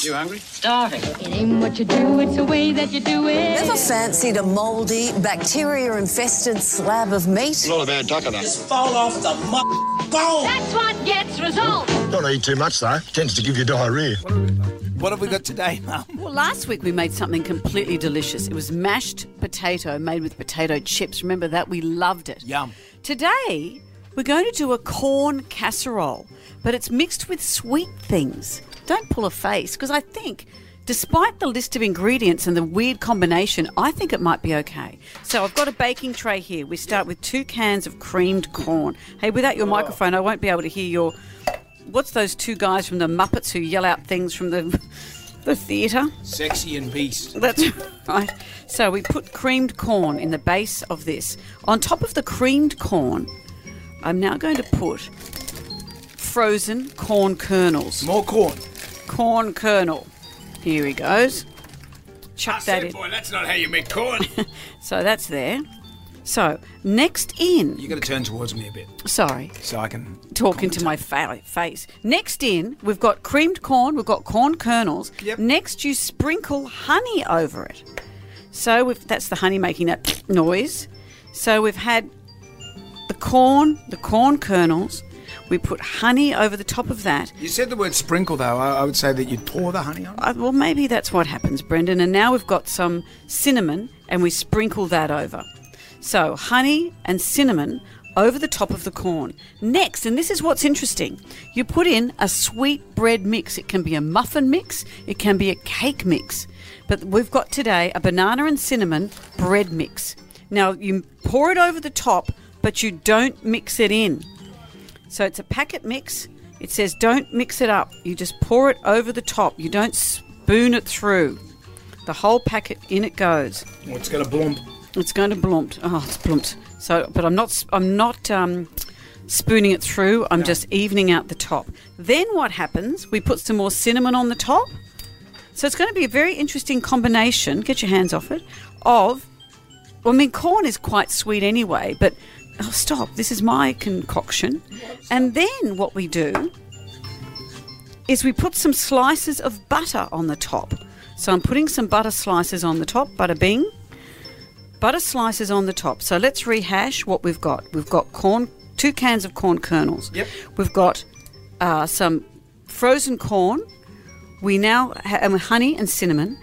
You hungry? Starving. It ain't what you do, it's the way that you do it. Never fancied a mouldy, bacteria infested slab of meat? Not a bad tucker, though. fall off the m- bone. That's what gets results. Don't eat too much though. Tends to give you diarrhea. What have we got today, Mum? Well, last week we made something completely delicious. It was mashed potato made with potato chips. Remember that? We loved it. Yum. Today, we're going to do a corn casserole, but it's mixed with sweet things. Don't pull a face, because I think, despite the list of ingredients and the weird combination, I think it might be okay. So I've got a baking tray here. We start with two cans of creamed corn. Hey, without your microphone, I won't be able to hear your. What's those two guys from the Muppets who yell out things from the the theatre? Sexy and beast. That's right. So we put creamed corn in the base of this. On top of the creamed corn, I'm now going to put frozen corn kernels. More corn. Corn kernel. Here he goes. Chuck that in. that's not how you make corn. So that's there. So next in, you got to turn towards me a bit sorry, so I can. talking to my fa- face. Next in, we've got creamed corn, we've got corn kernels. Yep. Next, you sprinkle honey over it. So we've, that's the honey making that noise. So we've had the corn, the corn kernels. We put honey over the top of that. You said the word sprinkle, though. I, I would say that you pour the honey on. Uh, well, maybe that's what happens, Brendan. And now we've got some cinnamon and we sprinkle that over. So, honey and cinnamon over the top of the corn. Next, and this is what's interesting, you put in a sweet bread mix. It can be a muffin mix, it can be a cake mix. But we've got today a banana and cinnamon bread mix. Now, you pour it over the top, but you don't mix it in. So it's a packet mix. It says don't mix it up. You just pour it over the top. You don't spoon it through. The whole packet in it goes. Oh, it's going to blump. It's going to blumpt. Oh, it's blumped. So, but I'm not. s- I'm not um, spooning it through. I'm just evening out the top. Then what happens? We put some more cinnamon on the top. So it's going to be a very interesting combination. Get your hands off it. Of, well, I mean, corn is quite sweet anyway. But oh, stop! This is my concoction. And then what we do is we put some slices of butter on the top. So I'm putting some butter slices on the top. Butter bing butter slices on the top. So let's rehash what we've got. We've got corn, two cans of corn kernels. Yep. We've got uh, some frozen corn. We now have honey and cinnamon,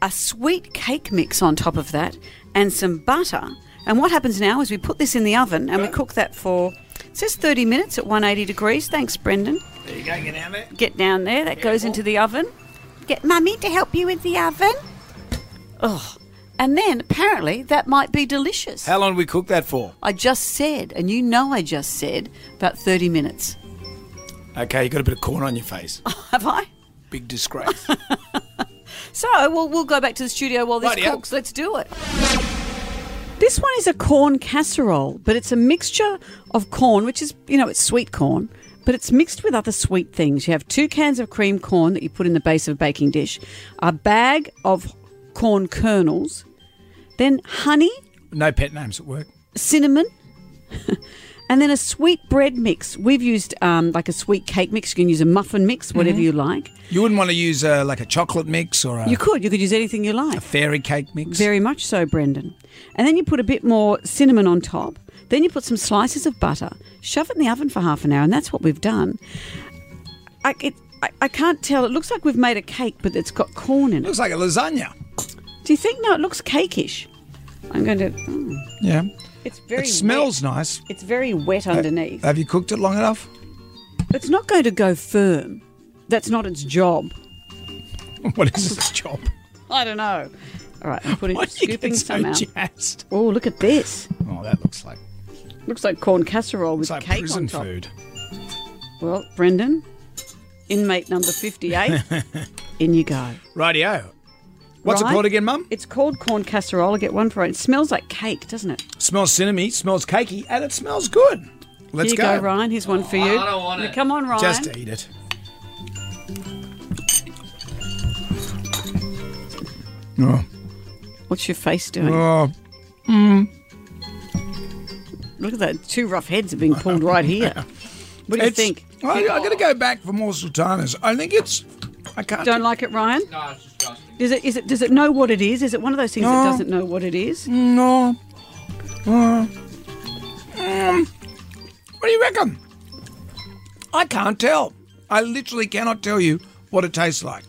a sweet cake mix on top of that, and some butter. And what happens now is we put this in the oven and we cook that for it says 30 minutes at 180 degrees. Thanks, Brendan. There you go. Get down there. Get down there. That goes into the oven. Get mummy to help you with the oven. Oh, and then apparently that might be delicious. How long do we cook that for? I just said, and you know I just said, about 30 minutes. Okay, you got a bit of corn on your face. Have I? Big disgrace. So we'll, we'll go back to the studio while this Rightio. cooks. Let's do it. This one is a corn casserole, but it's a mixture of corn, which is, you know, it's sweet corn, but it's mixed with other sweet things. You have two cans of cream corn that you put in the base of a baking dish, a bag of corn kernels, then honey, no pet names at work. cinnamon, and then a sweet bread mix. We've used um, like a sweet cake mix. You can use a muffin mix, whatever you like. You wouldn't want to use uh, like a chocolate mix or a You could. You could use anything you like. fairy cake mix. Very much so, Brendan. And then you put a bit more cinnamon on top. Then you put some slices of butter. Shove it in the oven for half an hour, and that's what we've done. I, it, I, I can't tell. It looks like we've made a cake, but it's got corn in it. Looks like a lasagna. Do you think? No, it looks cakeish. I'm going to. mm. Yeah. It's very. it smells nice. Wet. It's very wet underneath. Have you cooked it long enough? it's not going to go firm. That's not its job. What is this job? I don't know. All right, I'm putting Why do you get scooping so some out. jazzed? Oh, look at this! Oh, that looks like Looks like corn casserole with it's like cake prison on top. food. Well, Brendan, inmate number 58, in you go. Radio. What's Right? it called again, Mum? It's called corn casserole. I get one for it. It smells like cake, doesn't it? Smells cinnamony, smells cakey, and it smells good. Let's Here you go. Ryan. Here's one for you. Oh, I don't want Now, it. Come on, Ryan. Just eat it. Oh, What's your face doing? oh, Look at that. Two rough heads are being pulled right here. What do you it's- think? I, I got to go back for more sultanas. I think it's I can't. Don't like it, Ryan? No, it's disgusting. Is it? Is it? Does it know what it is? Is it one of those things No. that doesn't know what it is? No. Uh, mm. what do you reckon? I can't tell. I literally cannot tell you what it tastes like.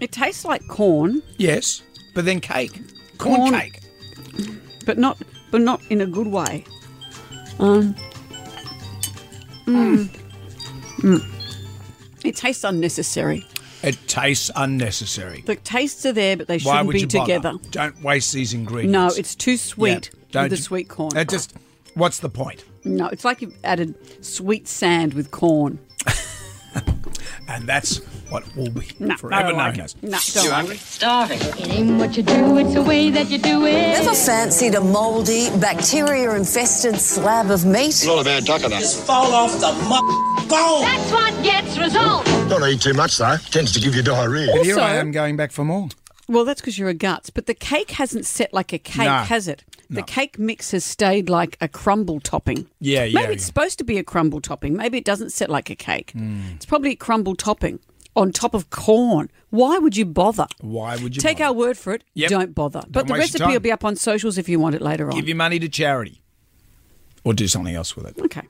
It tastes like corn, Yes, but then cake, corn, Corn. cake. but not, but not in a good way. Um. mm. Hmm. It tastes unnecessary. It tastes unnecessary. The tastes are there, but they Why shouldn't would be you bother? together. Don't waste these ingredients. No, it's too Yeah, sweet. don't with the you- sweet corn. It just, what's the point? no, it's like you've added sweet sand with corn. And that's what will be No, forever don't like known it. as. No, don't like it. It ain't what you do, it's the way that you do it. Ever fancied a mouldy, bacteria infested slab of meat? Not a bad tucker, though. Just fall off the bone. That's what gets results. Don't eat too much, though. Tends to give you diarrhea. Here I Also- am going back for more. Well, that's because you're a guts, but the cake hasn't set like a cake, No. has it? The No. cake mix has stayed like a crumble topping. Yeah, yeah, Maybe yeah. it's Hmm. supposed to be a crumble topping. Maybe it doesn't set like a cake. It's probably a crumble topping on top of corn. Why would you bother? Why would you Take bother? our word for it. Yep. Don't bother. but the waste your recipe will time. be up on socials if you want it later on. Give your money to charity, or do something else with it. okay.